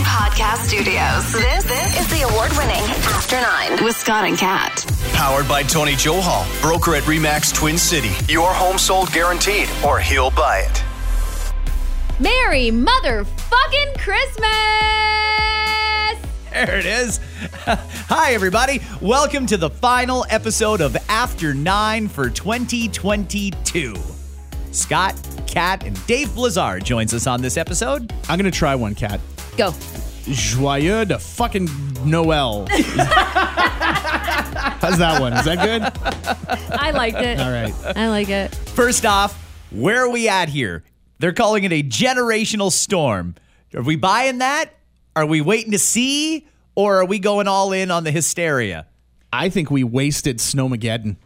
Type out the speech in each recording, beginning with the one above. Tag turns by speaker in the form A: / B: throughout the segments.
A: Podcast Studios. This, this is the award winning After Nine with Scott and Kat.
B: Powered by Tony Johal, broker at REMAX Twin City. Your home sold guaranteed, or he'll buy it.
C: Merry motherfucking Christmas!
D: There it is. Hi, everybody. Welcome to the final episode of After Nine for 2022. Scott, Kat, and Dave Blizzard joins us on this episode.
E: I'm gonna try one, cat.
C: Go.
E: Joyeux de fucking Noel. How's that one? Is that good?
C: I liked it.
E: All right.
C: I like it.
D: First off, where are we at here? They're calling it a generational storm. Are we buying that? Are we waiting to see? Or are we going all in on the hysteria?
E: I think we wasted Snowmageddon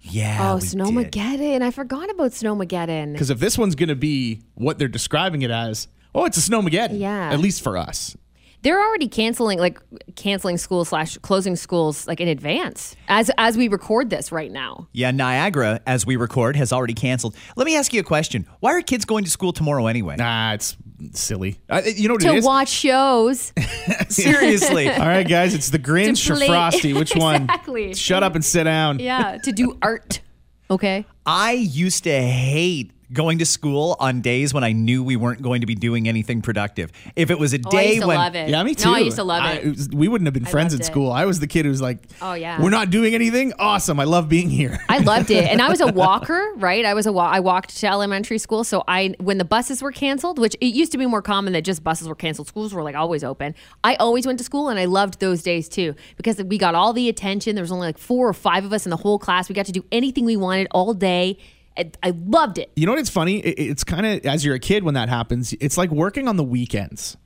D: Yeah.
C: Oh,
D: we did.
C: Snowmageddon. I forgot about Snowmageddon.
E: because if this one's gonna be what they're describing it as, oh, it's a Snowmageddon.
C: Yeah.
E: At least for us.
C: They're already canceling, like canceling schools slash closing schools, like in advance as as we record this right now.
D: Yeah, Niagara, as we record, has already canceled. Let me ask you a question. Why are kids going to school tomorrow anyway?
E: Nah, it's silly. I, you know what it
C: To
E: is?
C: watch shows.
D: Seriously.
E: All right, guys, it's the Grinch or
C: play-
E: Frosty. Which one?
C: Exactly.
E: Shut up and sit down.
C: yeah. To do art. Okay.
D: I used to hate going to school on days when I knew we weren't going to be doing anything productive. If it was a
C: Oh, I
D: day
C: used to
D: when
C: love it.
E: Yeah, me too.
C: No, I used to love it.
E: was- we wouldn't have been friends
C: loved
E: in
C: it.
E: school. I was the kid who was like,
C: Oh, yeah.
E: we're not doing anything. Awesome. I love being here.
C: I loved it, and I was a walker, right? I was a wa- I walked to elementary school, so I when the buses were canceled, which it used to be more common that just buses were canceled, schools were like always open. I always went to school, and I loved those days too because we got all the attention. There was only like four or five of us in the whole class. We got to do anything we wanted all day. I, I loved it.
E: You know what's funny? It- It's kind of as you're a kid when that happens. It's like working on the weekends.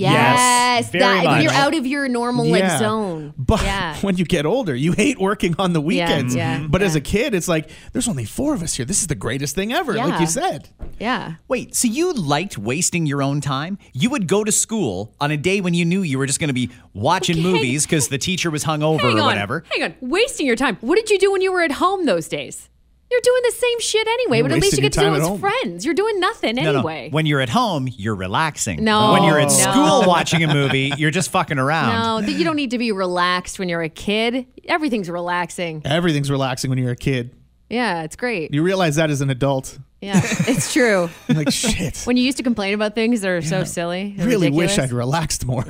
C: Yes,
D: very
C: that,
D: much.
C: you're out of your normal like zone.
E: But
C: yeah.
E: when you get older, you hate working on the weekends.
C: yeah,
E: but as
C: yeah.
E: a kid, it's like there's only four of us here. This is the greatest thing ever. Like
C: Yeah.
E: you said,
C: yeah.
D: Wait, so you liked wasting your own time? You would go to school on a day when you knew you were just going to be watching
C: Okay.
D: movies because the teacher was hungover
C: Hang
D: or
C: on,
D: whatever.
C: Hang on, wasting your time. What did you do when you were at home those days? You're doing the same shit anyway,
E: You're
C: but at least you
E: wasting
C: get to
E: your
C: do it
E: time
C: with
E: at home.
C: friends. You're doing nothing
D: No, no.
C: anyway.
D: When you're at home, you're relaxing.
C: No.
D: When you're
C: No.
D: at school watching a movie, you're just fucking around.
C: No, that you don't need to be relaxed when you're a kid. Everything's relaxing.
E: everything's relaxing when you're a kid.
C: Yeah, it's great.
E: You realize that as an adult.
C: Yeah, it's true.
E: You're like shit.
C: When you used to complain about things that are so silly,
E: I
C: they're
E: really wish I'd
C: ridiculous.
E: relaxed more.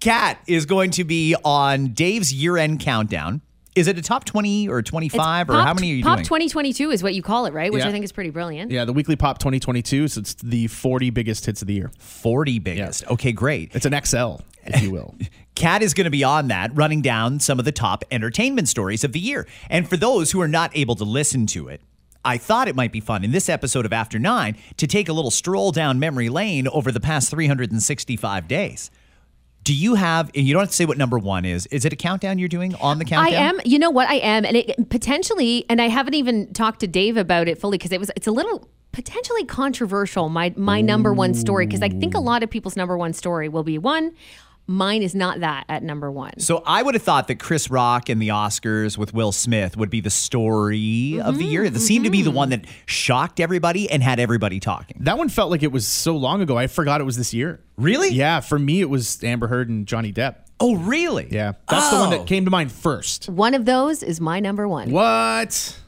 D: Kat is going to be on Dave's year end countdown. Is it a top 20 or 25 or
C: Pop,
D: how many are you
C: Pop
D: doing?
C: 2022 is what you call it, right? Which
E: Yeah.
C: I think is pretty brilliant.
E: yeah, the weekly pop 2022. So it's the 40 biggest hits of the year.
D: 40 biggest. Okay, great.
E: It's an XL, if you will.
D: Kat is going to be on that, running down some of the top entertainment stories of the year. And for those who are not able to listen to it, I thought it might be fun in this episode of After Nine to take a little stroll down memory lane over the past 365 days. Do you have, and you don't have to say what number one is. Is it a countdown you're doing on the
C: I
D: countdown?
C: am. You know what? I am, and it potentially, and I haven't even talked to Dave about it fully because it was. It's a little potentially controversial. My my number one story because I think a lot of people's number one story will be one. Mine is not that at number one.
D: So I would have thought that Chris Rock and the Oscars with Will Smith would be the story of the
C: Mm-hmm,
D: year. It seemed to be the one that shocked everybody and had everybody talking.
E: That one felt like it was so long ago. I forgot it was this year.
D: Really?
E: Yeah, for me it was Amber Heard and Johnny Depp.
D: Oh, really?
E: Yeah. That's the one
D: Oh.
E: that came to mind first.
C: One of those is my number one.
E: What?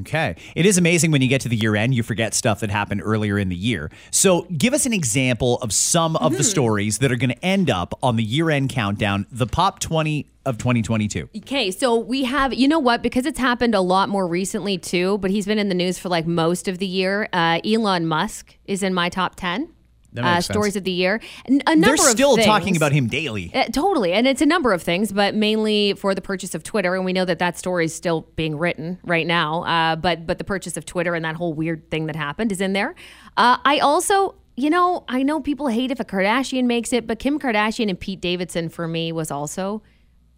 D: Okay. It is amazing when you get to the year end, you forget stuff that happened earlier in the year. So, give us an example of some of
C: Hmm.
D: the stories that are going to end up on the year end countdown, the pop 20 of 2022.
C: Okay, so we have, you know what, because it's happened a lot more recently too, but he's been in the news for like most of the year. Uh, Elon Musk is in my top 10
E: That
C: uh,
E: makes sense.
C: stories of the year. N- a number
D: They're still
C: of things,
D: talking about him daily.
C: Uh, totally. And it's a number of things, but mainly for the purchase of Twitter. And we know that that story is still being written right now. Uh, but but the purchase of Twitter and that whole weird thing that happened is in there. Uh, I also, you know, I know people hate if a Kardashian makes it, but Kim Kardashian and Pete Davidson for me was also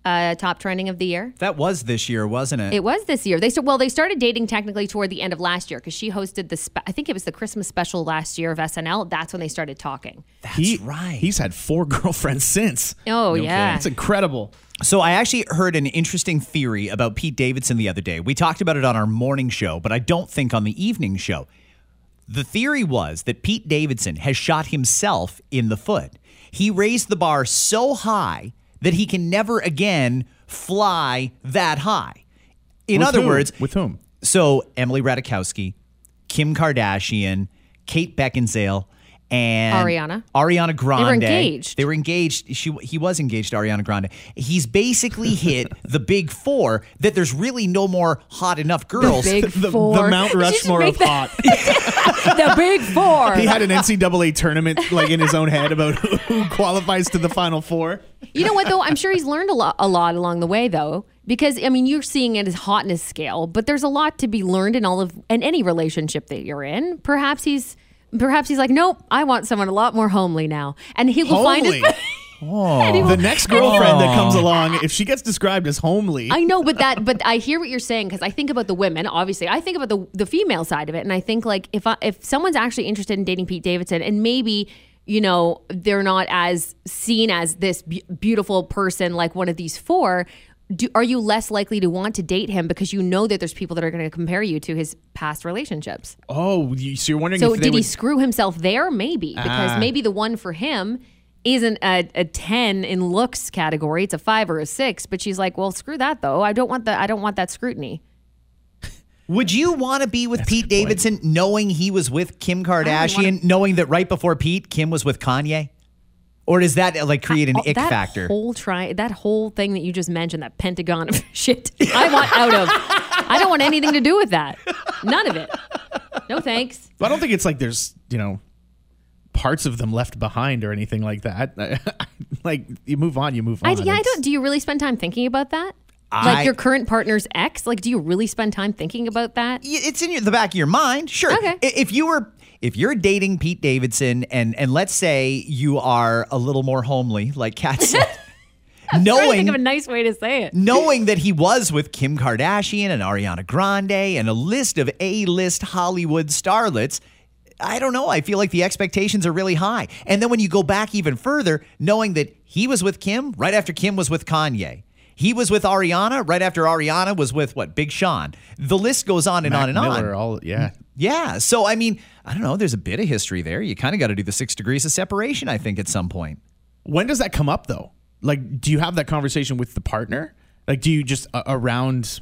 C: uh, top trending of the year.
D: That was this year, wasn't it?
C: It was this year. They st- well, they started dating technically toward the end of last year because she hosted the spe- I think it was the Christmas special last year of SNL. That's when they started talking.
D: That's
E: He-
D: right.
E: He's had four girlfriends since.
C: Oh yeah,
E: That's incredible.
D: So I actually heard an interesting theory about Pete Davidson the other day. We talked about it on our morning show, but I don't think on the evening show. The theory was that Pete Davidson has shot himself in the foot. He raised the bar so high that he can never again fly that high. In
E: With
D: other
E: whom?
D: words,
E: with whom?
D: so Emily Ratajkowski, Kim Kardashian, Kate Beckinsale, and
C: Ariana.
D: Ariana Grande.
C: engaged.
D: They were engaged. She he was engaged to Ariana Grande. He's basically hit the big four that there's really no more hot enough girls.
C: Big
E: The,
C: four.
E: the Mount
C: You should
E: Rushmore
C: make
E: of
C: that-
E: hot.
C: the big four.
E: he had an NCAA tournament like in his own head about who, who qualifies to the Final Four.
C: You know what though? I'm sure he's learned a lot, a lot along the way though, because I mean, you're seeing it as hotness scale, but there's a lot to be learned in all of in any relationship that you're in. Perhaps he's perhaps he's like, nope, I want someone a lot more homely now, and he will find
E: Homely. Oh.
C: it. and he will-
E: The next girlfriend that comes along, if she gets described as homely,
C: I know, but that, but I hear what you're saying because I think about the women. Obviously, I think about the the female side of it, and I think like if I, if someone's actually interested in dating Pete Davidson, and maybe you know they're not as seen as this be- beautiful person like one of these four. Do, are you less likely to want to date him because you know that there's people that are going to compare you to his past relationships?
E: oh, you, so you're wondering
C: So
E: if they
C: did he
E: would,
C: screw himself there? Maybe because
D: Ah.
C: maybe the one for him isn't a, a ten in looks category; it's a five or a six. But she's like, well, screw that though. I don't want the I don't want that scrutiny.
D: Would you want to be with Pete Davidson knowing he was with Kim
C: don't
D: Kardashian, knowing that right before Pete, Kim was with Kanye? Or does that uh, like create an
C: Oh,
D: ick
C: that
D: factor?
C: Whole try that whole thing that you just mentioned, that Pentagon of shit. I want out of. I don't want anything to do with that. None of it. No thanks.
E: But I don't think it's like there's you know parts of them left behind or anything like that. like you move on, you move on.
C: I, yeah, I
E: It's-
C: don't. Do you really spend time thinking about that?
D: I-
C: like your current partner's ex? Like, do you really spend time thinking about that?
D: Y- it's in your, the back of your mind. Sure.
C: Okay.
D: I- If you were if you're dating Pete Davidson and and let's say you are a little more homely, like Kat said,
C: I'm trying to think
D: knowing
C: of a nice way to say it.
D: knowing that he was with Kim Kardashian and Ariana Grande and a list of A-list Hollywood starlets, I don't know. I feel like the expectations are really high. And then when you go back even further, knowing that he was with Kim right after Kim was with Kanye. He was with Ariana right after Ariana was with what? Big Sean. The list goes on and
E: Mac
D: on and on.
E: Miller, all yeah.
D: Yeah. So, I mean, I don't know. There's a bit of history there. You kind of got to do the six degrees of separation, I think, at some point.
E: When does that come up though? Like, do you have that conversation with the partner? Like, do you just uh, around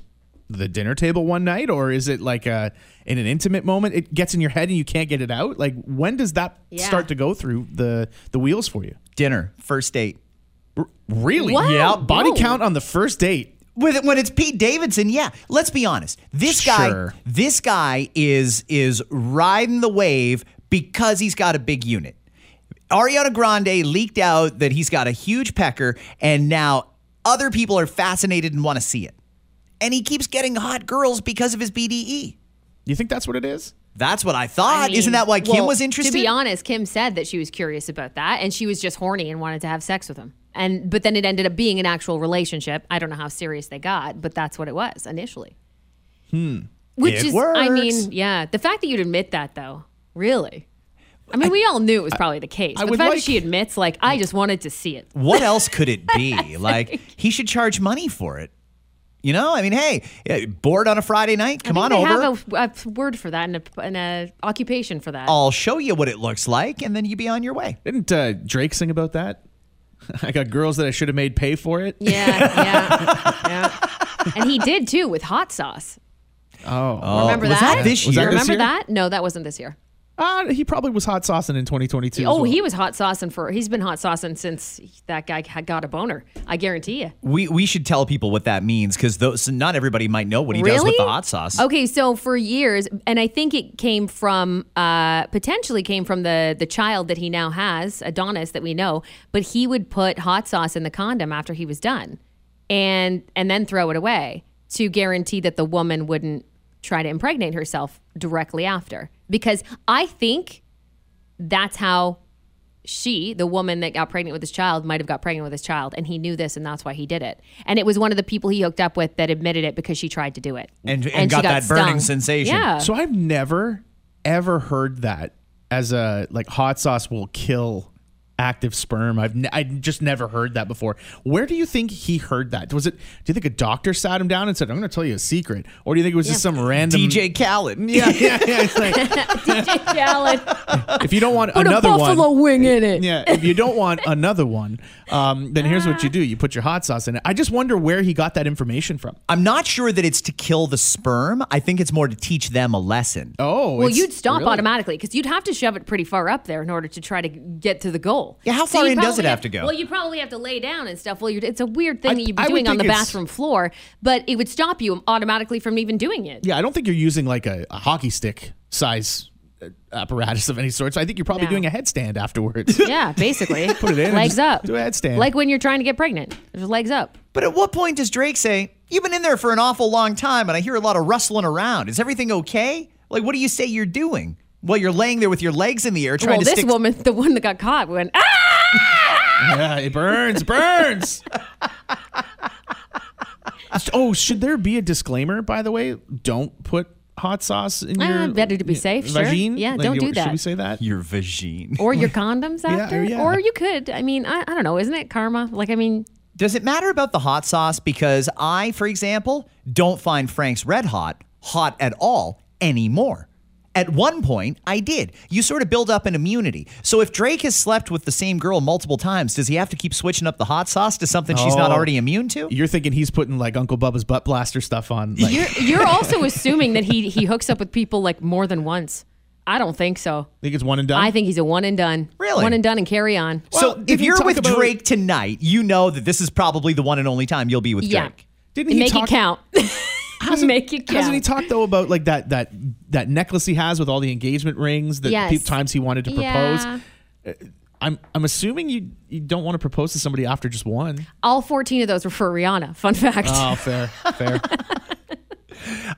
E: the dinner table one night, or is it like uh in an intimate moment? It gets in your head and you can't get it out. Like, when does that
C: Yeah.
E: start to go through the the wheels for you?
D: Dinner, first date.
E: Really?
C: Wow,
E: yeah. Body
C: whoa.
E: count on the first date.
D: With, when it's Pete Davidson, yeah. Let's be honest. This
E: Sure.
D: guy, this guy is is riding the wave because he's got a big unit. Ariana Grande leaked out that he's got a huge pecker, and now other people are fascinated and want to see it. And he keeps getting hot girls because of his BDE.
E: You think that's what it is?
D: That's what I thought.
C: I mean,
D: Isn't that why Kim
C: well,
D: was interested?
C: To be honest, Kim said that she was curious about that and she was just horny and wanted to have sex with him. And but then it ended up being an actual relationship. I don't know how serious they got, but that's what it was initially. Hmm. Which
D: It
C: is I
D: works.
C: mean, yeah. The fact that you'd admit that though, really. I mean, we all knew it was probably the case. but the
E: would
C: fact
E: like-
C: that she admits, like, I just wanted to see it.
D: what else could it be? like he should charge money for it. You know, I mean, hey, eh, bored on a Friday night? Come
C: I
D: on
C: think
D: over.
C: they have a, a word for that and a, and a occupation for that.
D: I'll show you what it looks like, and then you be on your way.
E: Didn't uh, Drake sing about that? I got girls that I should have made pay for it.
C: Yeah, yeah, yeah. And he did too with hot sauce.
E: Oh,
C: Remember
D: was that this
E: Was that
D: year?
E: this
C: Remember
E: year?
C: that? No, that wasn't this year.
E: Uh, he probably was hot saucing in 2022. as
C: Oh,
E: well.
C: he was hot saucing for. He's been hot saucing since that guy had got a boner. I guarantee you.
D: We we should tell people what that means because those not everybody might know what he does with the hot sauce.
C: Okay, so for years, and I think it came from uh, potentially came from the the child that he now has, Adonis, that we know. But he would put hot sauce in the condom after he was done, and and then throw it away to guarantee that the woman wouldn't try to impregnate herself directly after. Because I think that's how she, the woman that got pregnant with his child, might have got pregnant with his child, and he knew this, and that's why he did it. And it was one of the people he hooked up with that admitted it because she tried to do it
D: And- and got that burning sensation.
C: Yeah,
E: So I've never ever heard that as a like hot sauce will kill active sperm. I've ne- I just never heard that before. Where do you think he heard that? Was it? Do you think a doctor sat him down and said, "I'm going to tell you a secret," or do you think it was just some random
D: DJ Khaled.
E: Yeah, yeah, yeah. It's like if you don't want
C: Put
E: another
C: a buffalo
E: one,
C: wing in it.
E: yeah, if you don't want another one, um, then here's what you do: you put your hot sauce in it. I just wonder where he got that information from.
D: I'm not sure that it's to kill the sperm. I think it's more to teach them a lesson.
E: Oh,
C: Well,
E: it's-
C: you'd stop
E: really?
C: automatically because you'd have to shove it pretty far up there in order to try to get to the goal.
D: Yeah, how far
C: you
D: in does
C: probably
D: it have to go?
C: Well, you probably have to lay down and stuff. Well, you're, it's a weird thing
E: I-
C: that you'd be
E: I would
C: doing on the
E: think it's-
C: bathroom floor, but it would stop you automatically from even doing it.
E: Yeah, I don't think you're using like a, a hockey stick size uh, apparatus of any sort. So I think you're probably
C: No.
E: doing a headstand afterwards.
C: Yeah, basically.
E: Put it in and
C: Legs
E: just
C: up.
E: do a headstand.
C: Like when you're trying to get pregnant. There's legs up.
D: But at what point does Drake say, You've been in there for an awful long time and I hear a lot of rustling around. Is everything okay? Like, what do you say you're doing? Well, you're laying there with your legs in the air trying
C: Well,
D: to
C: this
D: stick.
C: woman, the one that got caught, went, ah!
E: yeah, it burns, burns. oh, should there be a disclaimer? By the way, don't put hot sauce in
C: Ah,
E: your
C: better to be safe, sure.
E: Vagine?
C: Yeah, don't do
E: Should
C: that.
E: we say that?
D: your vagine.
C: Or your condoms after.
E: yeah.
C: Or you could. I mean, I, I don't know. Isn't it karma? Like, I mean,
D: Does it matter about the hot sauce? Because I, for example, don't find Frank's Red Hot hot at all anymore. At one point, I did. You sort of build up an immunity. So if Drake has slept with the same girl multiple times, does he have to keep switching up the hot sauce to something she's not
E: Oh.
D: already immune to?
E: You're thinking he's putting like Uncle Bubba's butt blaster stuff on. Like,
C: you're, you're also assuming that he, he hooks up with people like more than once. I don't think so.
E: think it's one and done.
C: I think he's a one and done.
D: Really?
C: One and done and carry on.
E: Well,
D: so
E: did
D: if
E: he
D: you're
E: talk
D: with
E: about-
D: Drake tonight, you know that this is probably the one and only time you'll be with
C: yeah.
D: Drake.
E: Didn't
C: And
E: he
C: make
E: talk-
C: it count. make it count.
E: Hasn't he talked though about like that that that necklace he has with all the engagement rings, the
C: Yes.
E: pe- times he wanted to propose?
C: Yeah.
E: I'm I'm assuming you you don't want to propose to somebody after just one.
C: All 14 of those were for Rihanna. Fun fact.
E: Oh, fair, fair.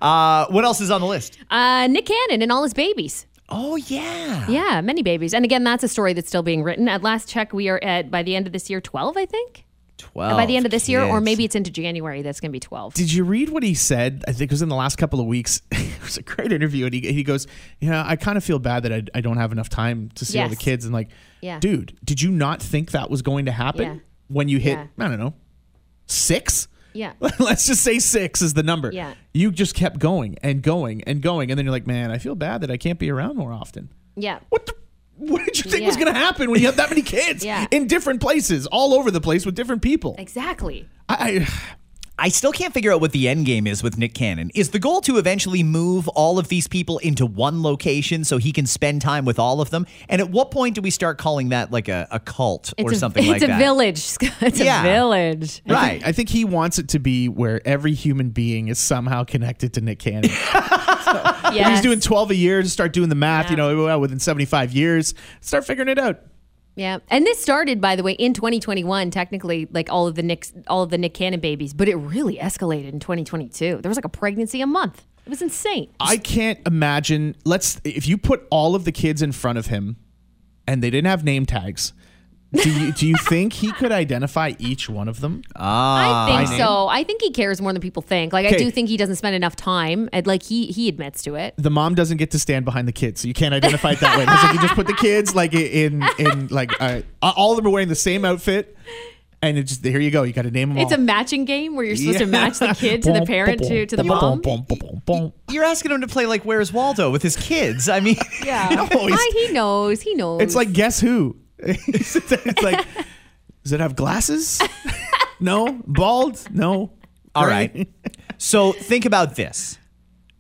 D: Uh, what else is on the list?
C: Uh, Nick Cannon and all his babies.
D: Oh, yeah.
C: Yeah, many babies. And again, that's a story that's still being written. At last check, we are at, by the end of this year, 12, I think.
D: 12.
C: by the end of this year, or
D: Oh, kids.
C: maybe it's into January, that's going to be 12.
E: Did you read what he said? I think it was in the last couple of weeks. it was a great interview, and he, he goes, "Yeah, I kind of feel bad that I, I don't have enough time to see all the
C: Yes.
E: kids." And like,
C: Yeah.
E: dude, did you not think that was going to happen
C: Yeah.
E: when you hit?
C: Yeah.
E: I don't know, six.
C: Yeah.
E: Let's just say six is the number.
C: Yeah.
E: You just kept going and going and going, and then you're like, "Man, I feel bad that I can't be around more often."
C: Yeah.
E: What the? What did you think was
C: Yeah.
E: going to happen when you have that many kids
C: Yeah.
E: in different places, all over the place with different people?
C: Exactly.
E: I,
D: I still can't figure out what the end game is with Nick Cannon. Is the goal to eventually move all of these people into one location so he can spend time with all of them? And at what point do we start calling that like a, a cult or
C: It's a-
D: something like
C: It's a
D: that?
C: village. Scott. It's
D: Yeah.
C: a village.
D: Right.
E: I think he wants it to be where every human being is somehow connected to Nick Cannon.
C: Yeah.
E: He's doing 12 a year. Just start doing the math, you
C: Yeah.
E: know, well, within 75 years, start figuring it out.
C: Yeah. And this started, by the way, in 2021, technically, like all of the Nick's, all of the Nick Cannon babies, but it really escalated in 2022. There was like a pregnancy a month. It was insane.
E: I can't imagine. Let's if you put all of the kids in front of him, and they didn't have name tags. Do you do you think he could identify each one of them?
C: I think so. I think he cares more than people think. Like I
E: Okay.
C: do think he doesn't spend enough time. And like he he admits to it.
E: the mom doesn't get to stand behind the kids, so you can't identify it that way. It's like you just put the kids like in in like uh, all of them are wearing the same outfit, and it's just here you go. You got to name them
C: It's a
E: all.
C: matching game where you're supposed to match the kid to the parent to to the mom.
D: You're asking him to play like Where's Waldo with his kids. I mean,
C: Yeah.
E: it's-
C: Ah, he knows. He knows.
E: It's like guess who? it's like does it have glasses? no, bald? No.
D: all right. So think about this.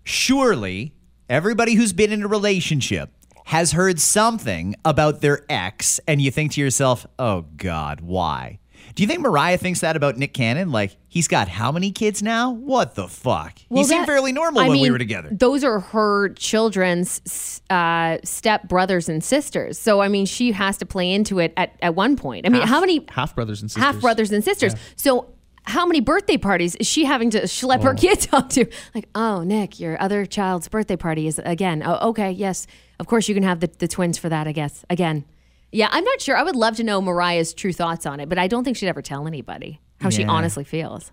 D: Surely everybody who's been in a relationship has heard something about their ex, and you think to yourself, oh God, why? Do you think Mariah thinks that about Nick Cannon? Like, he's got how many kids now? What the fuck? he seemed
C: that-
D: fairly normal
C: I
D: when we
C: mean,
D: were together.
C: Those are her children's uh, step brothers and sisters. So I mean, she has to play into it at, at one point. I
D: Ah.
C: mean, how many
E: Half brothers and sisters.
C: half brothers and sisters? So how many birthday parties is she having to schlep her kids out to? Like, oh, Nick, your other child's birthday party is again. Oh, okay, yes, of course you can have the, the twins for that. I guess again. Yeah, I'm not sure. I would love to know Mariah's true thoughts on it, but I don't think she'd ever tell anybody how she
D: Yeah.
C: honestly feels.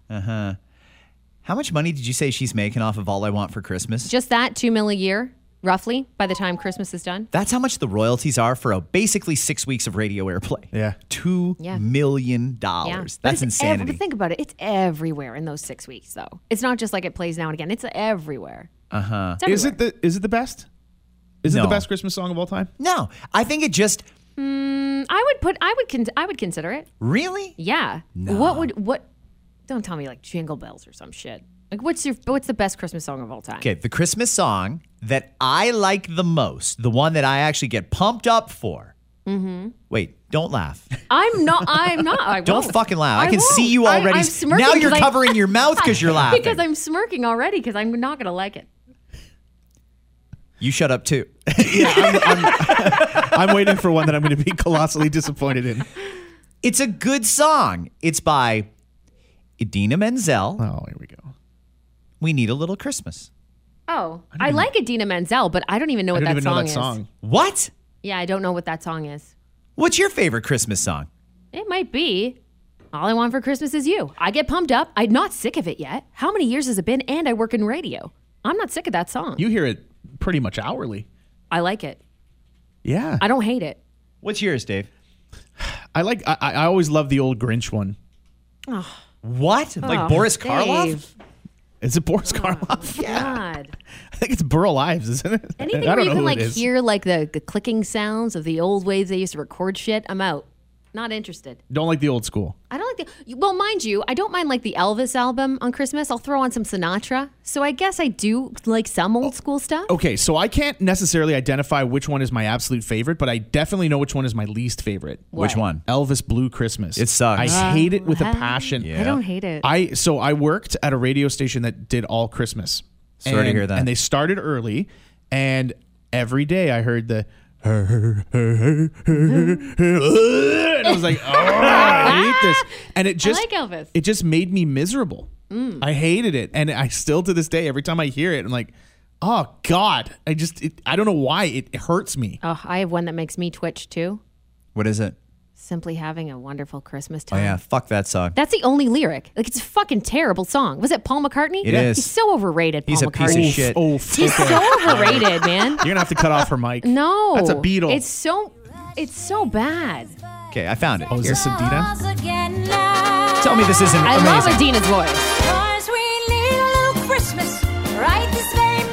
D: How much money did you say she's making off of All I Want for Christmas?
C: Just that two mil a year. roughly, by the time Christmas is done.
D: That's how much the royalties are for a basically six weeks of radio airplay.
E: Yeah.
D: two
C: Yeah.
D: million
C: Yeah.
D: dollars.
C: But
D: That's
C: it's ev-
D: insanity.
C: but think about it. It's everywhere in those six weeks, though. It's not just like it plays now and again. It's everywhere. Uh huh.
E: Is it the is it the best? Is it
D: No.
E: the best Christmas song of all time?
D: no, I think it just
C: I would put. I would. Con- I would consider it.
D: really.
C: Yeah. What would what? Don't tell me like Jingle Bells or some shit. Like what's your what's the best Christmas song of all time?
D: Okay, the Christmas song that I like the most, the one that I actually get pumped up for. Mm-hmm. Wait, don't laugh.
C: I'm not. I'm not. I
D: Don't
C: won't.
D: fucking laugh. I, can
C: won't.
D: see you
C: I-
D: already.
C: I'm
D: s-
C: smirking
D: now you're
C: 'cause I-
D: covering your mouth because you're laughing.
C: because I'm smirking already because I'm not gonna like it.
D: you shut up too.
E: I'm waiting for one that I'm going to be colossally disappointed in.
D: It's a good song. It's by Idina Menzel.
E: Oh, here we go.
D: We need a little Christmas.
C: Oh, I, like Adina Menzel, but I don't even know
E: I
C: what
E: don't
C: that
E: even
C: song
E: know that
C: is.
E: song.
D: What?
C: Yeah, I don't know what that song is.
D: What's your favorite Christmas song?
C: It might be. All I want for Christmas is you. I get pumped up. I'm not sick of it yet. How many years has it been? And I work in radio. I'm not sick of that song.
E: You hear it pretty much hourly.
C: I like it.
E: Yeah,
C: I don't hate it.
D: What's yours, Dave?
E: I like. I, I always love the old Grinch one.
D: What? Like
C: Oh,
D: Boris Karloff?
C: Dave.
E: Is it
C: Oh,
E: Boris Karloff?
C: God.
E: I think it's Burl Ives, isn't it?
C: Anything
E: I
C: where
E: don't
C: you
E: know
C: can
E: who it
C: like
E: is.
C: hear like the, the clicking sounds of the old ways they used to record shit, I'm out. Not interested.
E: Don't like the old school.
C: I don't like the well, mind you, I don't mind like the Elvis album on Christmas. I'll throw on some Sinatra. So I guess I do like some old school stuff.
E: Okay, so I can't necessarily identify which one is my absolute favorite, but I definitely know which one is my least favorite.
D: Which one?
E: Elvis Blue Christmas.
D: It sucks.
E: I hate it with a passion.
C: I don't hate it.
E: I so I worked at a radio station that did all Christmas.
D: Sorry to
E: And-
D: hear that.
E: And they started early, and every day I heard the. and I was like, oh, I hate this. And it just,
C: like Elvis. Mm.
E: it just made me miserable. I hated it, and I still to this day, every time I hear it, I'm like, oh God, I just, it, I don't know why it hurts me.
C: oh, I have one that makes me twitch too.
D: What is it?
C: Simply having a wonderful Christmas
D: Oh,
C: time.
D: yeah, fuck that song.
C: That's the only lyric. Like it's a fucking terrible song. Was it Paul McCartney?
D: It is.
C: He's so overrated. Paul
D: He's a
C: McCartney.
D: piece of shit.
E: Oh,
C: He's
E: okay.
C: so overrated, man.
E: You're gonna have to cut off her mic.
C: No,
E: that's a Beatle.
C: It's so, it's so bad.
D: Okay, I found it.
E: oh, is
D: Here.
E: this Adina?
D: Tell me this isn't
C: I love
D: amazing.
C: Adina's voice.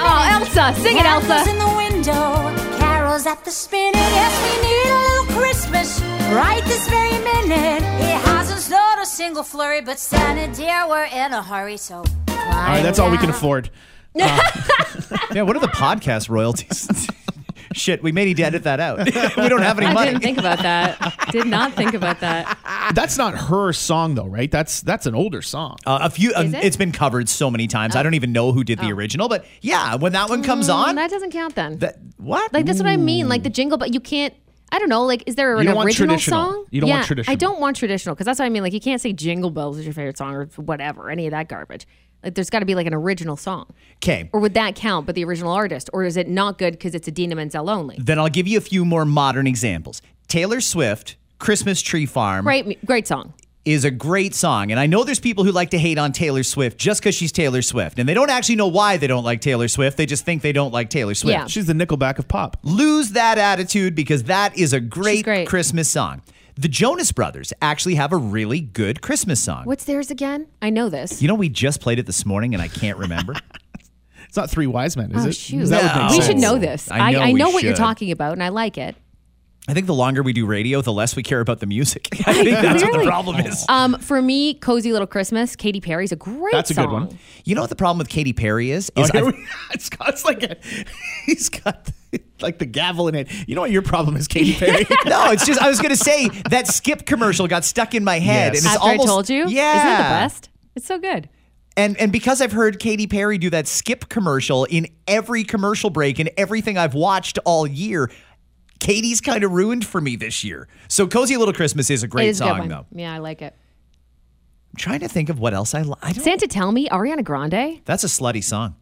F: Oh,
C: Elsa, sing it, Elsa.
F: in the window, carols at the spinning. Yes, we need a little Christmas right this very minute. It hasn't snowed a single flurry, but Santa dear, we're in a hurry, so.
E: All right, that's all we can afford.
D: yeah, what are the podcast royalties? Shit, we may need to edit that out. we don't have any
C: I
D: money.
C: didn't think about that. Did not think about that.
E: That's not her song though, right? That's that's an older song.
D: Uh, a few. Um,
C: it? Oh.
D: it's been covered so many times. I don't even know who did the original, but yeah, when that one comes on,
C: That doesn't count then.
D: that what?
C: Mm, like that's what I mean. Like the jingle, but you can't. I don't know. Like, is there an
E: Mm. You don't want
C: original
E: traditional.
C: song?
E: You don't
C: yeah,
E: want traditional.
C: I don't want traditional because that's what I mean. Like, you can't say "Jingle Bells" is your favorite song or whatever, any of that garbage. Like, there's got to be like an original song,
D: Mm, okay.
C: or would that count? But the original artist, or is it not good because it's Adina Menzel only?
D: Then I'll give you a few more modern examples. Taylor Swift, Christmas Tree Farm
C: Great, mu- great song.
D: is a great song. And I know there's people who like to hate on Taylor Swift just because she's Taylor Swift. And they don't actually know why they don't like Taylor Swift. They just think they don't like Taylor Swift.
C: Yeah.
E: She's the Nickelback of pop.
D: Lose that attitude because that is a great,
C: great.
D: Christmas song. The Jonas Brothers actually have a really good Christmas song.
C: What's theirs again? I know this.
D: You know, we just played it this morning and I can't remember.
E: It's not Three Wise Men, is
C: Oh,
E: it?
C: shoot.
E: 'Cause That would make
C: we
E: sense.
C: should know this.
D: I
C: I
D: know
C: know, I,
D: we
C: know what you're
D: should.
C: talking about, and I like it.
D: I think the longer we do radio, the less we care about the music. I think that's what
C: Really?
D: the problem is.
C: Um, for me, "Cozy Little Christmas," Katy Perry's a great.
E: That's a good
C: song.
E: one.
D: You know what the problem with Katy Perry is?
E: Oh,
D: Is I-
E: here we- Scott's like a, he's got the- like the gavel in it. You know what your problem is, Katy Perry?
D: no, it's just I was gonna say that skip commercial got stuck in my head,
E: Yes.
D: and it's
C: After
D: almost
C: I told you,
D: yeah,
C: isn't it the best? It's so good.
D: And and because I've heard Katy Perry do that skip commercial in every commercial break and everything I've watched all year, Katie's kind of ruined for me this year. So cozy little Christmas is a
C: it
D: great
C: is a good
D: song,
C: one.
D: though.
C: Yeah, I like it.
D: I'm trying to think of what else I like. I don't.
C: Santa Tell Me, Ariana Grande.
D: that's a slutty song.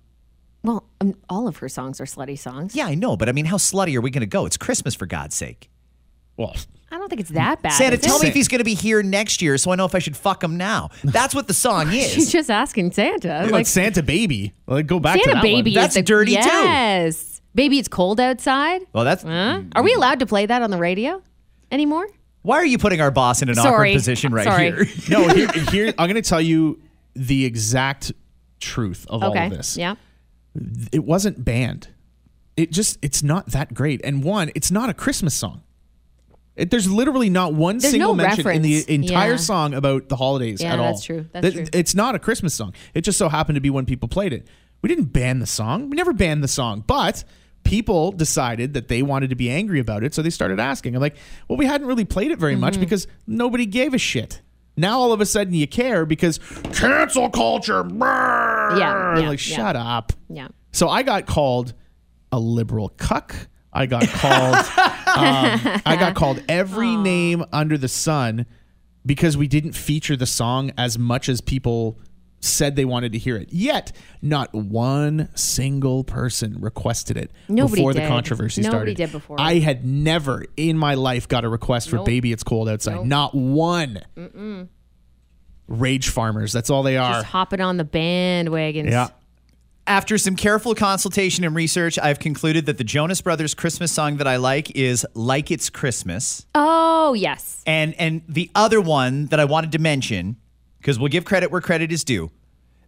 C: Well, um, all of her songs are slutty songs.
D: Yeah, I know, but I mean, how slutty are we gonna go? It's Christmas for God's sake.
E: well,
C: I don't think it's that bad.
D: Santa,
C: is
D: tell
C: it?
D: me if he's gonna be here next year, so I know if I should fuck him now. That's what the song
C: She's
D: is.
C: just asking Santa.
E: like
C: Like
E: Santa Baby. Like go back to
C: Santa
E: that
C: Baby.
E: One.
C: is
D: That's
C: the-
D: dirty too.
C: yes. Baby, it's cold outside.
D: Well, that's
C: Huh? Are we allowed to play that on the radio anymore?
D: why are you putting our boss in an
C: Sorry.
D: awkward position right
C: Sorry.
D: here?
E: No, here, here I'm going to tell you the exact truth of all
C: Okay.
E: of this.
C: Yeah.
E: It wasn't banned. It just it's not that great. And one, it's not a Christmas song. It, there's literally not one
C: There's
E: single
C: no
E: mention
C: reference.
E: in the entire
C: Yeah.
E: song about the holidays
C: Yeah,
E: at all.
C: that's true. That's true.
E: It's not a Christmas song. It just so happened to be when people played it. We didn't ban the song. We never banned the song, but people decided that they wanted to be angry about it, so they started asking. I'm like, well, we hadn't really played it very
C: Mm-hmm.
E: much because nobody gave a shit. Now all of a sudden you care because cancel culture. Yeah,
C: Yeah, yeah,
E: like
C: yeah.
E: shut up.
C: Yeah.
E: So I got called a liberal cuck. I got called. um, I got called every name under the sun because we didn't feature the song as much as people said they wanted to hear it. Yet, not one single person requested it
C: Nobody
E: before the
C: did.
E: controversy
C: Nobody
E: started.
C: did before.
E: I had never in my life got a request for "Baby It's Cold Outside." Not one. Rage farmers. That's all they are.
C: Just hopping on the bandwagons.
E: yeah.
D: After some careful consultation and research, I've concluded that the Jonas Brothers Christmas song that I like is Like It's Christmas.
C: Oh yes.
D: And and the other one that I wanted to mention, because we'll give credit where credit is due,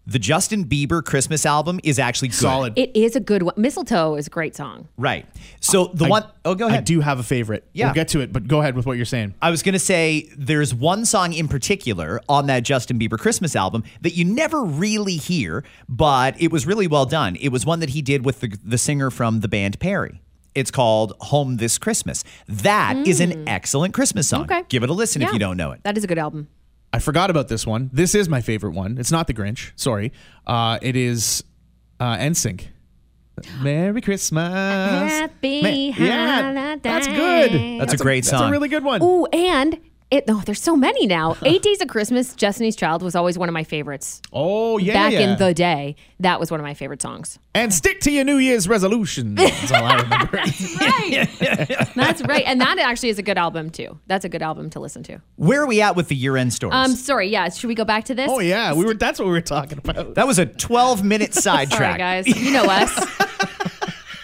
D: the Justin Bieber Christmas album is actually good.
E: Solid.
C: It is a good one. Mistletoe is a great song.
D: Right. So the
E: I-
D: one oh go ahead.
E: I do have a favorite.
D: Yeah.
E: We'll get to it, but go ahead with what you're saying.
D: I was gonna say there's one song in particular on that Justin Bieber Christmas album that you never really hear, but it was really well done. It was one that he did with the, the singer from the band Perry. It's called Home This Christmas. That is an excellent Christmas song.
C: Hmm. Okay.
D: Give it a listen if
C: Yeah.
D: you don't know it.
C: That is a good album.
E: I forgot about this one. This is my favorite one. It's not the Grinch. Sorry. Uh, it is uh, NSYNC. Merry Christmas.
C: Happy
E: yeah, that's
C: holidays.
E: good.
D: That's, a great song.
E: That's a really good one.
C: Ooh, and it. Oh, there's so many now. Eight Days of Christmas. Destiny's Child was always one of my favorites.
E: Oh yeah.
C: Back
E: yeah.
C: in the day, that was one of my favorite songs.
E: and stick to your New Year's resolution. That's all I remember.
C: That's right, and that actually is a good album too. That's a good album to listen to.
D: Where are we at with the year end stories?
C: Um, sorry, yeah. Should we go back to this?
E: oh yeah, we were. That's what we were talking about.
D: That was a 12 minute
C: Sorry,
D: sidetrack.
C: guys. You know us.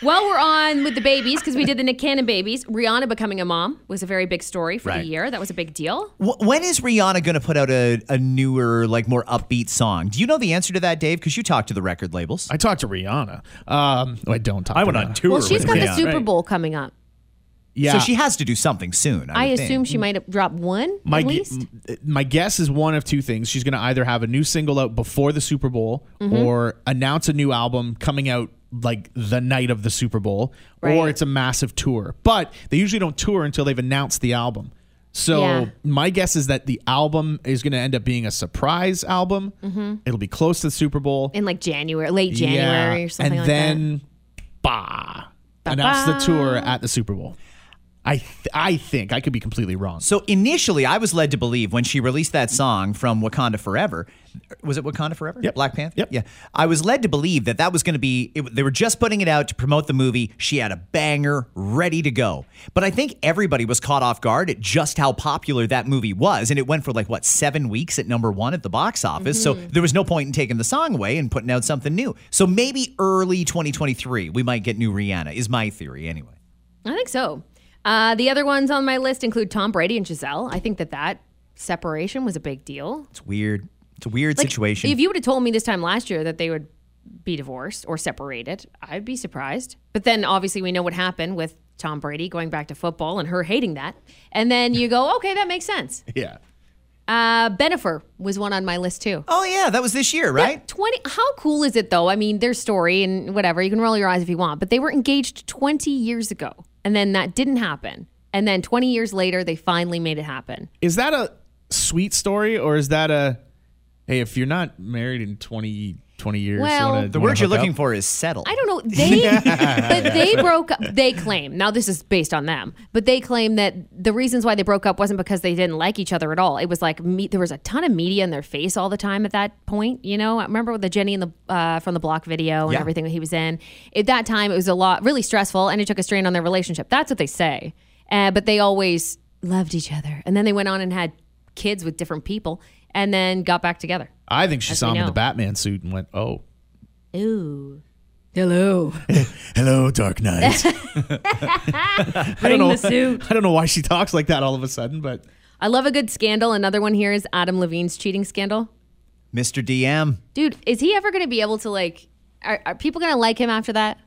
C: well, we're on with the babies because we did the Nick Cannon babies. Rihanna becoming a mom was a very big story for
D: Right.
C: the year. That was a big deal.
D: W- When is Rihanna going to put out a, a newer, like more upbeat song? Do you know the answer to that, Dave? Because you talk to the record labels.
E: I talked to Rihanna. Um, no, I don't talk. I went on tour.
C: Well, she's got the
D: Rihanna,
C: Super
E: right.
C: Bowl coming up.
E: Yeah.
D: So she has to do something soon. I,
C: I
D: would think.
C: assume she might have dropped one
E: My,
C: at
E: gu-
C: least.
E: m- my guess is one of two things. She's going to either have a new single out before the Super Bowl
C: Mm-hmm.
E: or announce a new album coming out like the night of the Super Bowl or
C: Right.
E: it's a massive tour. But they usually don't tour until they've announced the album. So
C: Yeah.
E: my guess is that the album is going to end up being a surprise album. It'll be close to the Super Bowl.
C: Mm-hmm. in like January, late January
E: Yeah.
C: or something
E: and
C: like
E: then, bah, announce the tour at the Super Bowl. I th- I think I could be completely wrong.
D: So initially, I was led to believe when she released that song from Wakanda Forever, was it Wakanda Forever?
E: Yep.
D: Black Panther.
E: Yep.
D: Yeah, I was led to believe that that was going to be. It, they were just putting it out to promote the movie. She had a banger ready to go, but I think everybody was caught off guard at just how popular that movie was, and it went for like what seven weeks at number one at the box office.
E: Mm-hmm.
D: So there was no point in taking the song away and putting out something new. So maybe early 2023, we might get new Rihanna. Is my theory anyway.
C: that. I think so. Uh, the other ones on my list include Tom Brady and Giselle. I think that that separation was a big deal.
D: It's weird. It's a weird situation.
C: If you would have told me this time last year that they would be divorced or separated, I'd be surprised. But then obviously we know what happened with Tom Brady going back to football and her hating that. And then you go, okay, that makes sense.
E: yeah.
C: Uh, Benifer was one on my list too.
D: Oh yeah, that was this year, right?
C: 20 How cool is it though? I mean, their story and whatever, you can roll your eyes if you want, but they were engaged 20 years ago and then that didn't happen. And then 20 years later, they finally made it happen.
E: Is that a sweet story or is that a hey, if you're not married in 20, 20 years,
C: Well-
E: you wanna,
D: The word you're looking for is settle.
C: I don't know. They but they broke up. They claim now this is based on them, but they claim that the reasons why they broke up wasn't because they didn't like each other at all. It was like me, there was a ton of media in their face all the time at that point. You know, I remember with the Jenny in the uh, from the Block video and
D: Yeah.
C: everything that he was in. At that time, it was a lot really stressful, and it took a strain on their relationship. That's what they say. Uh, but they always loved each other, and then they went on and had kids with different people, and then got back together.
E: I think she saw
C: we
E: him in the
C: know.
E: Batman suit and went, "Oh,
C: Ooh. Hello.
E: Hello, Dark Knight. I don't
C: Bring
E: know.
C: the suit.
E: I don't know why she talks like that all of a sudden, but
C: I love a good scandal. Another one here is Adam Levine's cheating scandal.
D: Mr. DM.
C: Dude, is he ever going to be able to like? Are, are people going to like him after that?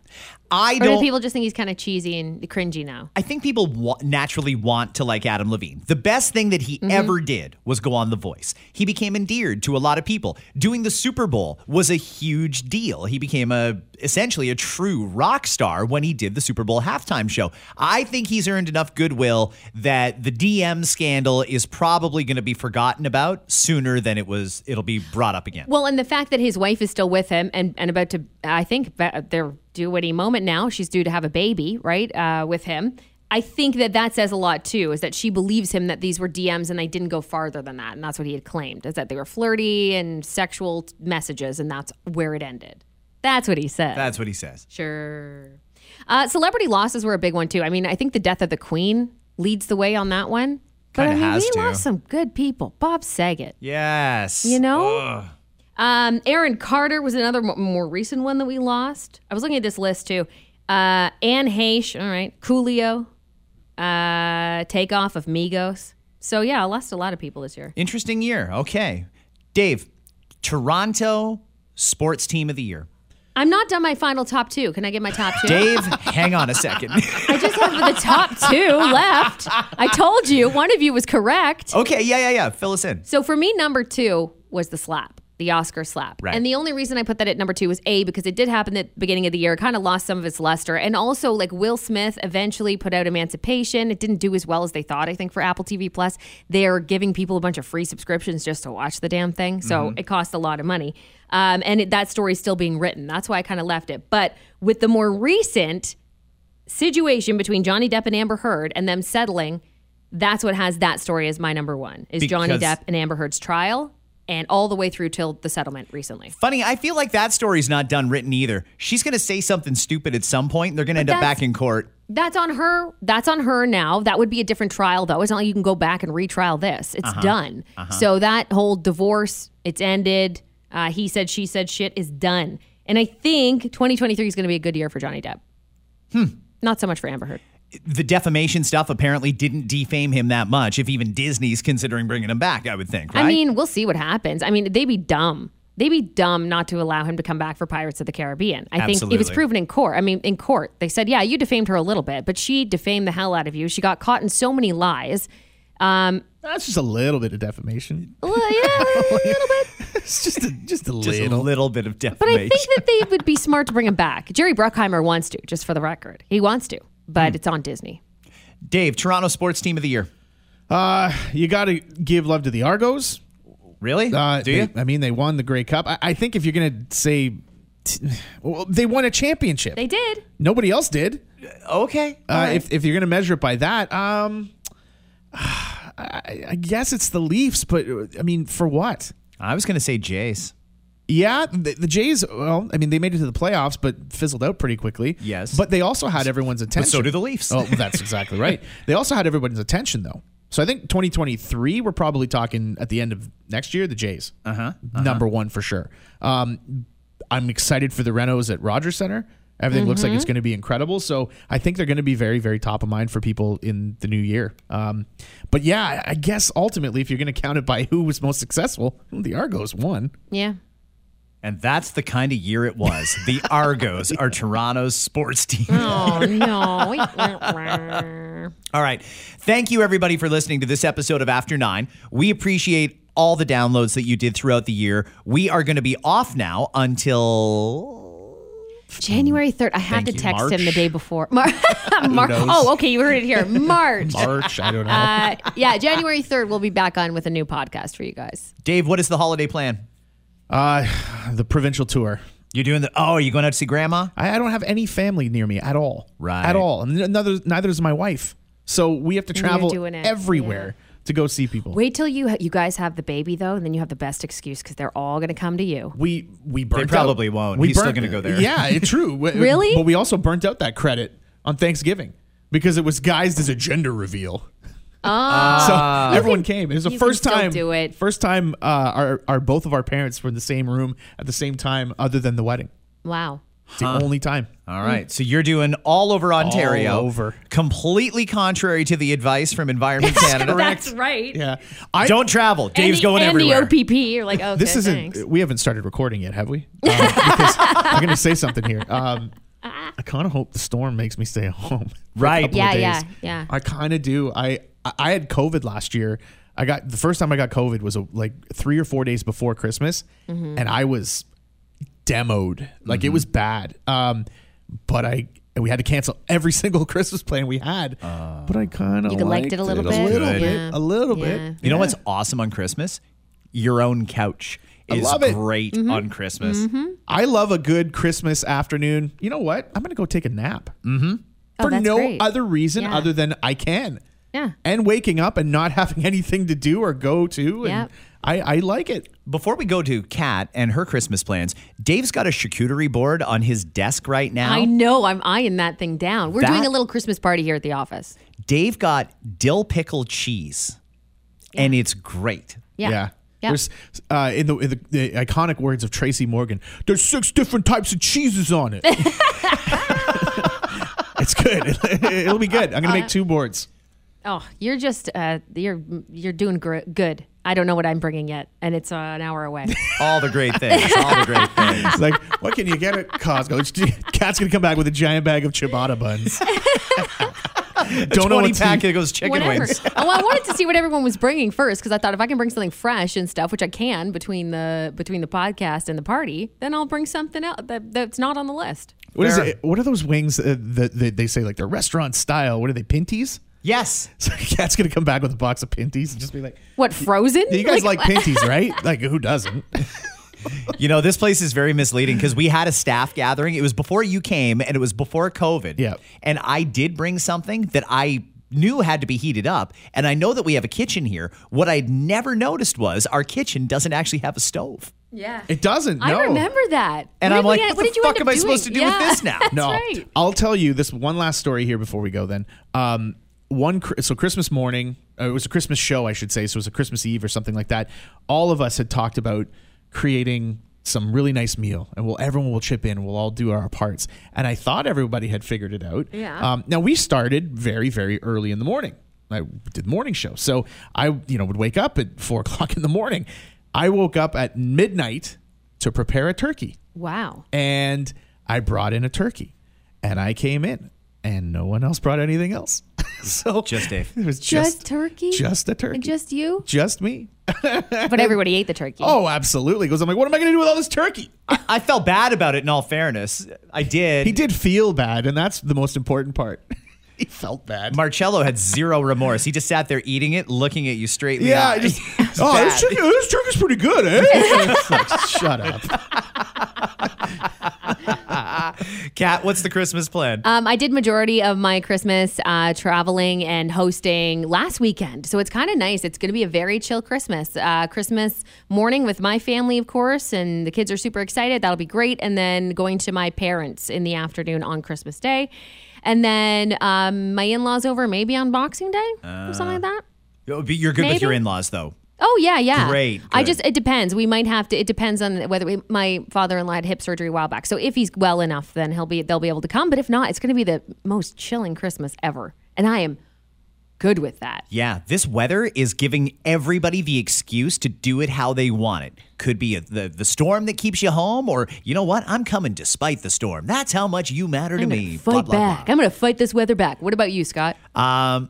D: I
C: Or do
D: don't.
C: people just think he's kind of cheesy and cringy now?
D: I think people wa- naturally want to like Adam Levine. The best thing that
C: Mm-hmm.
D: he ever did was go on The Voice. He became endeared to a lot of people. Doing the Super Bowl was a huge deal. He became a essentially a true rock star when he did the Super Bowl halftime show. I think he's earned enough goodwill that the DM scandal is probably going to be forgotten about sooner than it was. It'll be brought up again.
C: Well, and the fact that his wife is still with him and, and about to, I think ba- they're due any moment now. She's due to have a baby, right, uh, with him. I think that that says a lot too, is that she believes him that these were DMs and they didn't go farther than that. And that's what he had claimed, is that they were flirty and sexual t- messages, and that's where it ended. That's what he said.
D: That's what he says.
C: Sure. Uh, celebrity losses were a big one too. I mean, I think the death of the Queen leads the way on that one. But I
D: Kinda
C: mean,
D: has
C: we
D: to.
C: lost some good people. Bob Saget,
D: Yes.
C: you know. Um, Aaron Carter was another mo- more recent one that we lost. I was looking at this list too. Uh, Anne Heche, all right, Coolio, uh, takeoff of Migos. So yeah, I lost a lot of people this year.
D: Interesting year. Okay. Dave, Toronto sports team of the year.
C: I'm not done my final top two. Can I get my top two?
D: Dave, hang on a second.
C: I just have the top two left. I told you one of you was correct.
D: okay, yeah, yeah, yeah. Fill us in.
C: So for me, number two was the slap, the Oscar slap.
D: Right.
C: And the only reason I put that at number two was A, because it did happen at the beginning of the year. It kind of lost some of its luster. And also, like Will Smith eventually put out Emancipation. It didn't do as well as they thought, I think, for Apple TV Plus. They're giving people a bunch of free subscriptions just to watch the damn thing. So it cost a lot of money. Um, and it, that story's still being written. That's why I kind of left it. But with the more recent situation between Johnny Depp and Amber Heard and them settling, that's what has that story as my number one is Johnny
D: Because-
C: Depp and Amber Heard's trial and all the way through till the settlement recently.
D: Funny, I feel like that story's not done written either. She's going to say something stupid at some point, and they're going to end up
C: that's-
D: back in court.
C: That's on her. That's on her now. That would be a different trial though. It's not like you can go back and retrial this. It's done. So that whole divorce, it's ended. Uh, he said, she said, shit is done. And I think 2023 is going to be a good year for Johnny Depp. Hmm. Not so much for Amber Heard.
D: The defamation stuff apparently didn't defame him that much, if even Disney's considering bringing him back, I would think, right?
C: I mean, we'll see what happens. I mean, they'd be dumb. They'd be dumb not to allow him to come back for Pirates of the Caribbean. I think it was
D: Absolutely.
C: proven in court. I mean, in court, they said, yeah, you defamed her a little bit, but she defamed the hell out of you. She got caught in so many lies. Um,
E: that's just a little bit of defamation.
C: well, yeah, a little bit.
E: It's just a, just a
D: Just a
E: little.
D: little bit
C: But
D: of defamation.
C: I think that they would be smart to bring him back. Jerry Bruckheimer wants to, just for the record. He wants to,
D: Hmm.
C: but it's on Disney.
D: Dave, Toronto sports team of the year.
E: You got to give love to the Argos.
D: Really?
E: Uh,
D: Do you?
E: they- I mean, they won the Grey Cup. I, I think if you're going to say, t- well, they won a championship.
C: They did.
E: Nobody else did.
D: okay.
E: Uh, If if you're going to measure it by that, um, I, I guess it's the Leafs. But uh, I mean, for what?
D: I was going to say Jace.
E: Yeah, the, the Jays. Well, I mean, they made it to the playoffs, but fizzled out pretty quickly.
D: Yes.
E: but they also had everyone's attention.
D: do the Leafs.
E: Oh, well, that's exactly right. They also had everybody's attention though. So I think 2023, we're probably talking at the end of next year, the Jays, uh-huh, number one for sure. Um, I'm excited for the Renos at Rogers Center. Everything looks like it's going to be incredible. So I think they're going to be very, very top of mind for people in the new year. Um, but yeah, I- I guess ultimately, if you're going to count it by who was most successful, the Argos won.
C: Yeah.
D: And that's the kind of year it was. The Argos are Toronto's sports team.
C: Oh, no.
D: All right. Thank you, everybody, for listening to this episode of After Nine. We appreciate all the downloads that you did throughout the year. We are going to be off now until.
C: January 3rd. I had
D: Thank
C: to
D: you.
C: text him the
D: March?
C: day before. Mar- Mar- oh, okay. You heard it here. March.
E: March, I don't know.
C: Uh, yeah, January 3rd, we'll be back on with a new podcast for you guys.
D: Dave, what is the holiday plan?
E: Uh, the provincial tour.
D: You're doing the. Oh, are you going out to see grandma?
E: I, I don't have any family near me at all.
D: Right.
E: At all. And neither neither is my wife. So we have to travel
C: doing it,
E: everywhere to go see people.
C: Wait till you you guys have the baby, though, and then you have the best excuse because they're all going to come to you.
E: We we burnt.
D: probably
E: out.
D: won't.
E: We
D: He's still
E: burnt-
D: gonna go there.
E: Yeah, it's true. We-
C: Really?
E: But we also burnt out that credit on Thanksgiving because it was guised as a gender reveal.
C: Oh,
E: so everyone came. It was the
C: Ah. you can
E: first
C: still
E: time.
C: do it.
E: First time. Uh, our our both of our parents were in the same room at the same time, other than the wedding.
C: Wow.
E: It's the only time.
D: All right. So you're doing all over Ontario.
E: All over.
D: Completely contrary to the advice from Environment Canada.
C: That's E right.
E: Yeah. I
D: Don't travel.
C: and
D: Dave's
C: the,
D: going
C: and
D: everywhere.
C: the OPP, you're like, okay,
E: this isn't
C: thanks.
E: we haven't started recording yet have we um, because i'm gonna say something here um, i kind of hope the storm makes me stay home for a
D: Right.
E: couple
C: Yeah,
E: of days.
C: yeah, yeah.
E: i kind of do i I- i had covid last year i got the first time i got covid was uh, like three or four days before christmas
C: Mm-hmm.
E: and i was demoed like it was bad um but i we had to cancel every single christmas plan we had but i kind of
C: You liked it a little bit.
E: a little
C: Yeah.
E: bit a little
C: Yeah.
E: bit
D: You know what's awesome on Christmas? Your own couch is
E: love it.
D: great
C: Mm-hmm.
D: on Christmas.
E: I love a good Christmas afternoon. You know what? I'm going to go take a nap. Mm-hmm.
C: Oh,
E: For
C: that's
E: no
C: great.
E: other reason
C: Yeah.
E: other than I can.
C: Yeah.
E: And waking up and not having anything to do or go to. And
C: Yep.
E: I, I like it.
D: Before we go to Kat and her Christmas plans, Dave's got a charcuterie board on his desk right now.
C: I know. I'm eyeing that thing down. We're
D: That-
C: doing a little Christmas party here at the office.
D: Dave got dill pickle cheese, and it's great.
C: Yeah. Yeah.
E: There's uh, in, the, in the, the iconic words of Tracy Morgan, there's six different types of cheeses on it. it's good. It'll be good. I'm going to
C: Uh,
E: make two boards.
C: Oh, you're just uh, you're you're doing gr- good. I don't know what I'm bringing yet, and it's uh, an hour away.
D: All the great things. All the great things.
E: It's like, what can you get at Costco? Cat's going to come back with a giant bag of ciabatta buns. Don't know what
D: 20
E: to-
D: pack of those chicken
C: Whatever.
D: wings.
C: oh, I wanted to see what everyone was bringing first because I thought if I can bring something fresh and stuff, which I can between the between the podcast and the party, then I'll bring something else that, that's not on the list.
E: What is
D: Fair.
E: it? What are those wings uh, that, that they say like they're restaurant style? What are they? Pinties?
D: Yes.
E: So cat's gonna come back with a box of pinties and just be like,
C: What frozen?
E: "You guys like,
C: what-
E: pinties, right? Like who doesn't?
D: You know, this place is very misleading because we had a staff gathering. It was before you came and it was before COVID.
E: Yeah.
D: And I did bring something that I knew had to be heated up. And I know that we have a kitchen here. What I'd never noticed was our kitchen doesn't actually have a stove.
C: Yeah.
E: It doesn't. No.
C: I remember that.
D: And
C: What did
D: I'm
C: we
D: like,
C: end-
D: what,
C: what
D: the
C: did you
D: fuck
C: end
D: am
C: up
D: I supposed to
C: doing?
D: do
C: Yeah.
D: with this now?
E: no.
C: right.
E: I'll tell you this one last story here before we go. Then, um, one Chri- so Christmas morning, uh, it was a Christmas show, I should say. So it was a Christmas Eve or something like that. All of us had talked about creating some really nice meal, and we'll everyone will chip in. We'll all do our parts. And I thought everybody had figured it out.
C: Yeah.
E: Um, now we started very very early in the morning. I did the morning show, so I you know would wake up at four o'clock in the morning. I woke up at midnight to prepare a turkey
C: Wow.
E: and I brought in a turkey, and I came in, and no one else brought anything else. so
D: Just Dave.
E: it was
C: Just,
E: just,
C: turkey?
E: just a turkey,
C: And just you?
E: just me.
C: But everybody ate the turkey.
E: Oh, absolutely. Because I'm like, what am I going to do with all this turkey?
D: I, I felt bad about it in all fairness. I did.
E: He did feel bad, and that's the most important part. he felt bad.
D: Marcello had zero remorse. He just sat there eating it, looking at you straight in the
E: yeah, I
D: eye.
E: just oh, this,
D: Bad.
E: chicken, this turkey's pretty good, eh? It's like, shut up.
D: Kat, what's the Christmas plan?
C: Um, I did majority of my Christmas uh, traveling and hosting last weekend, so it's kind of nice. It's going to be a very chill Christmas. Uh, Christmas morning with my family, of course, and the kids are super excited. That'll be great. And then going to my parents in the afternoon on Christmas Day, and then um, my in-laws over maybe on Boxing Day or something like that.
D: You're good with
C: maybe?
D: your in-laws though.
C: Oh yeah, yeah.
D: Great,
C: I
D: good.
C: just it depends. We might have to. It depends on whether we, my father-in-law had hip surgery a while back. So if he's well enough, then he'll be they'll be able to come. But if not, it's going to be the most chilling Christmas ever, and I am good with that.
D: Yeah, this weather is giving everybody the excuse to do it how they want it. Could be a, the the storm that keeps you home, or you know what? I'm coming despite the storm. That's how much you matter to
C: I'm
D: me.
C: gonna fight
D: Blah, blah,
C: back. I'm going to fight this weather back. What about you, Scott?
D: blah.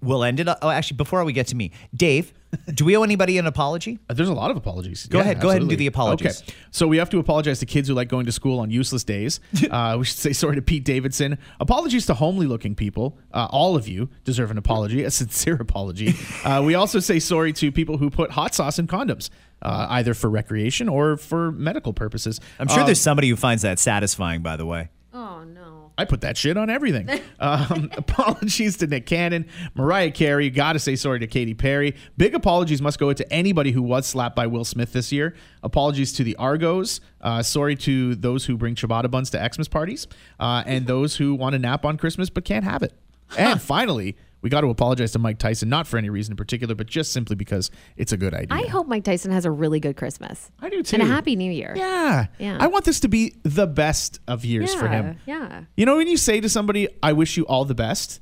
D: We'll end it. Oh, actually, before we get to me, Dave, do we owe anybody an apology?
E: Uh, There's a lot of apologies.
D: Go ahead. Go ahead and do the apologies.
E: Okay. So we have to apologize to kids who like going to school on useless days. uh, we should say sorry to Pete Davidson. Apologies to homely-looking people. Uh, all of you deserve an apology, a sincere apology. Uh, we also say sorry to people who put hot sauce in condoms, uh, either for recreation or for medical purposes.
D: I'm sure there's somebody who finds that satisfying. By the way,
C: oh no.
E: I put that shit on everything. Um, apologies to Nick Cannon, Mariah Carey. Got to say sorry to Katy Perry. Big apologies must go to anybody who was slapped by Will Smith this year. Apologies to the Argos. Uh, sorry to those who bring ciabatta buns to Xmas parties, uh, and those who want to nap on Christmas but can't have it. And finally, we got to apologize to Mike Tyson, not for any reason in particular, but just simply because it's a good idea.
C: I hope Mike Tyson has a really good Christmas.
E: I do
C: And a
E: too.
C: happy new year.
E: Yeah.
C: Yeah.
E: I want this to be the best of years for him.
C: Yeah.
E: You know, when you say to somebody, I wish you all the best,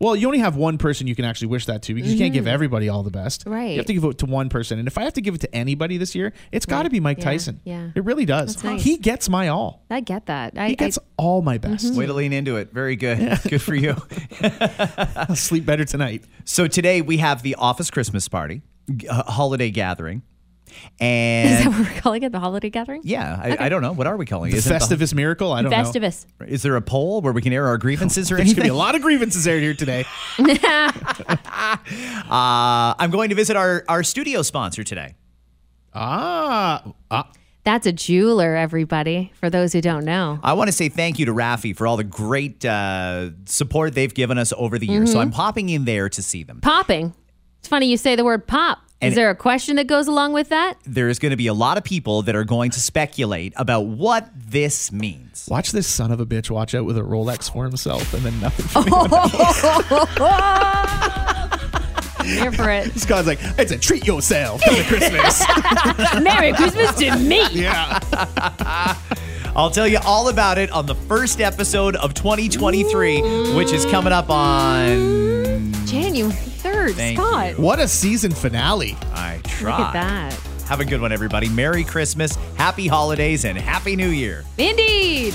E: well, you only have one person you can actually wish that to because you can't give everybody all the best.
C: Mm-hmm. Right.
E: You have to give it to one person. And if I have to give it to anybody this year, it's got to be Mike
C: Yeah.
E: Tyson.
C: Yeah.
E: It really does.
C: That's nice.
E: He gets my all.
C: I get that.
E: He
C: I, I, Mm-hmm.
E: gets all my best.
D: Way to lean into it. Very good. Good for you.
E: I'll sleep better tonight.
D: So today we have the office Christmas party, g- uh, holiday gathering,
C: is that
D: and
C: what we're calling it? The holiday gathering?
D: yeah, I, I don't know what are we calling it.
E: The
D: Is it
E: Festivus miracle. I don't know.
C: Festivus.
D: Is there a poll where we can air our grievances or
E: There's
D: anything?
E: gonna be a lot of grievances aired here today.
D: Uh, I'm going to visit our our studio sponsor today.
E: Ah, ah,
C: That's a jeweler, everybody, for those who don't know.
D: I want to say thank you to Rafi for all the great uh, support they've given us over the years.
E: Mm-hmm.
D: So I'm popping in there to see them.
C: Popping. It's funny you say the word pop.
D: And-
C: is there a question that goes along with that?
D: There is going to be a lot of people that are going to speculate about what this means.
E: watch this son of a bitch watch out with a Rolex for himself and then nothing. For
C: Oh. Here for it.
E: This guy's like, it's a treat yourself for the Christmas.
C: Merry Christmas to me.
E: yeah.
D: I'll tell you all about it on the first episode of 2023, which is coming up on.
C: January 3rd,
D: Thank
C: Scott.
D: you.
E: What a season finale.
D: I
C: Look at
D: try.
C: that.
D: Have a good one, everybody. Merry Christmas, Happy Holidays, and Happy New Year.
C: Indeed.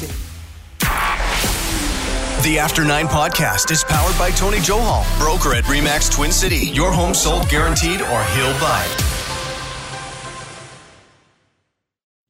B: The After Nine Podcast is powered by Tony Johal, broker at REMAX Twin City. Your home sold guaranteed or he'll buy it.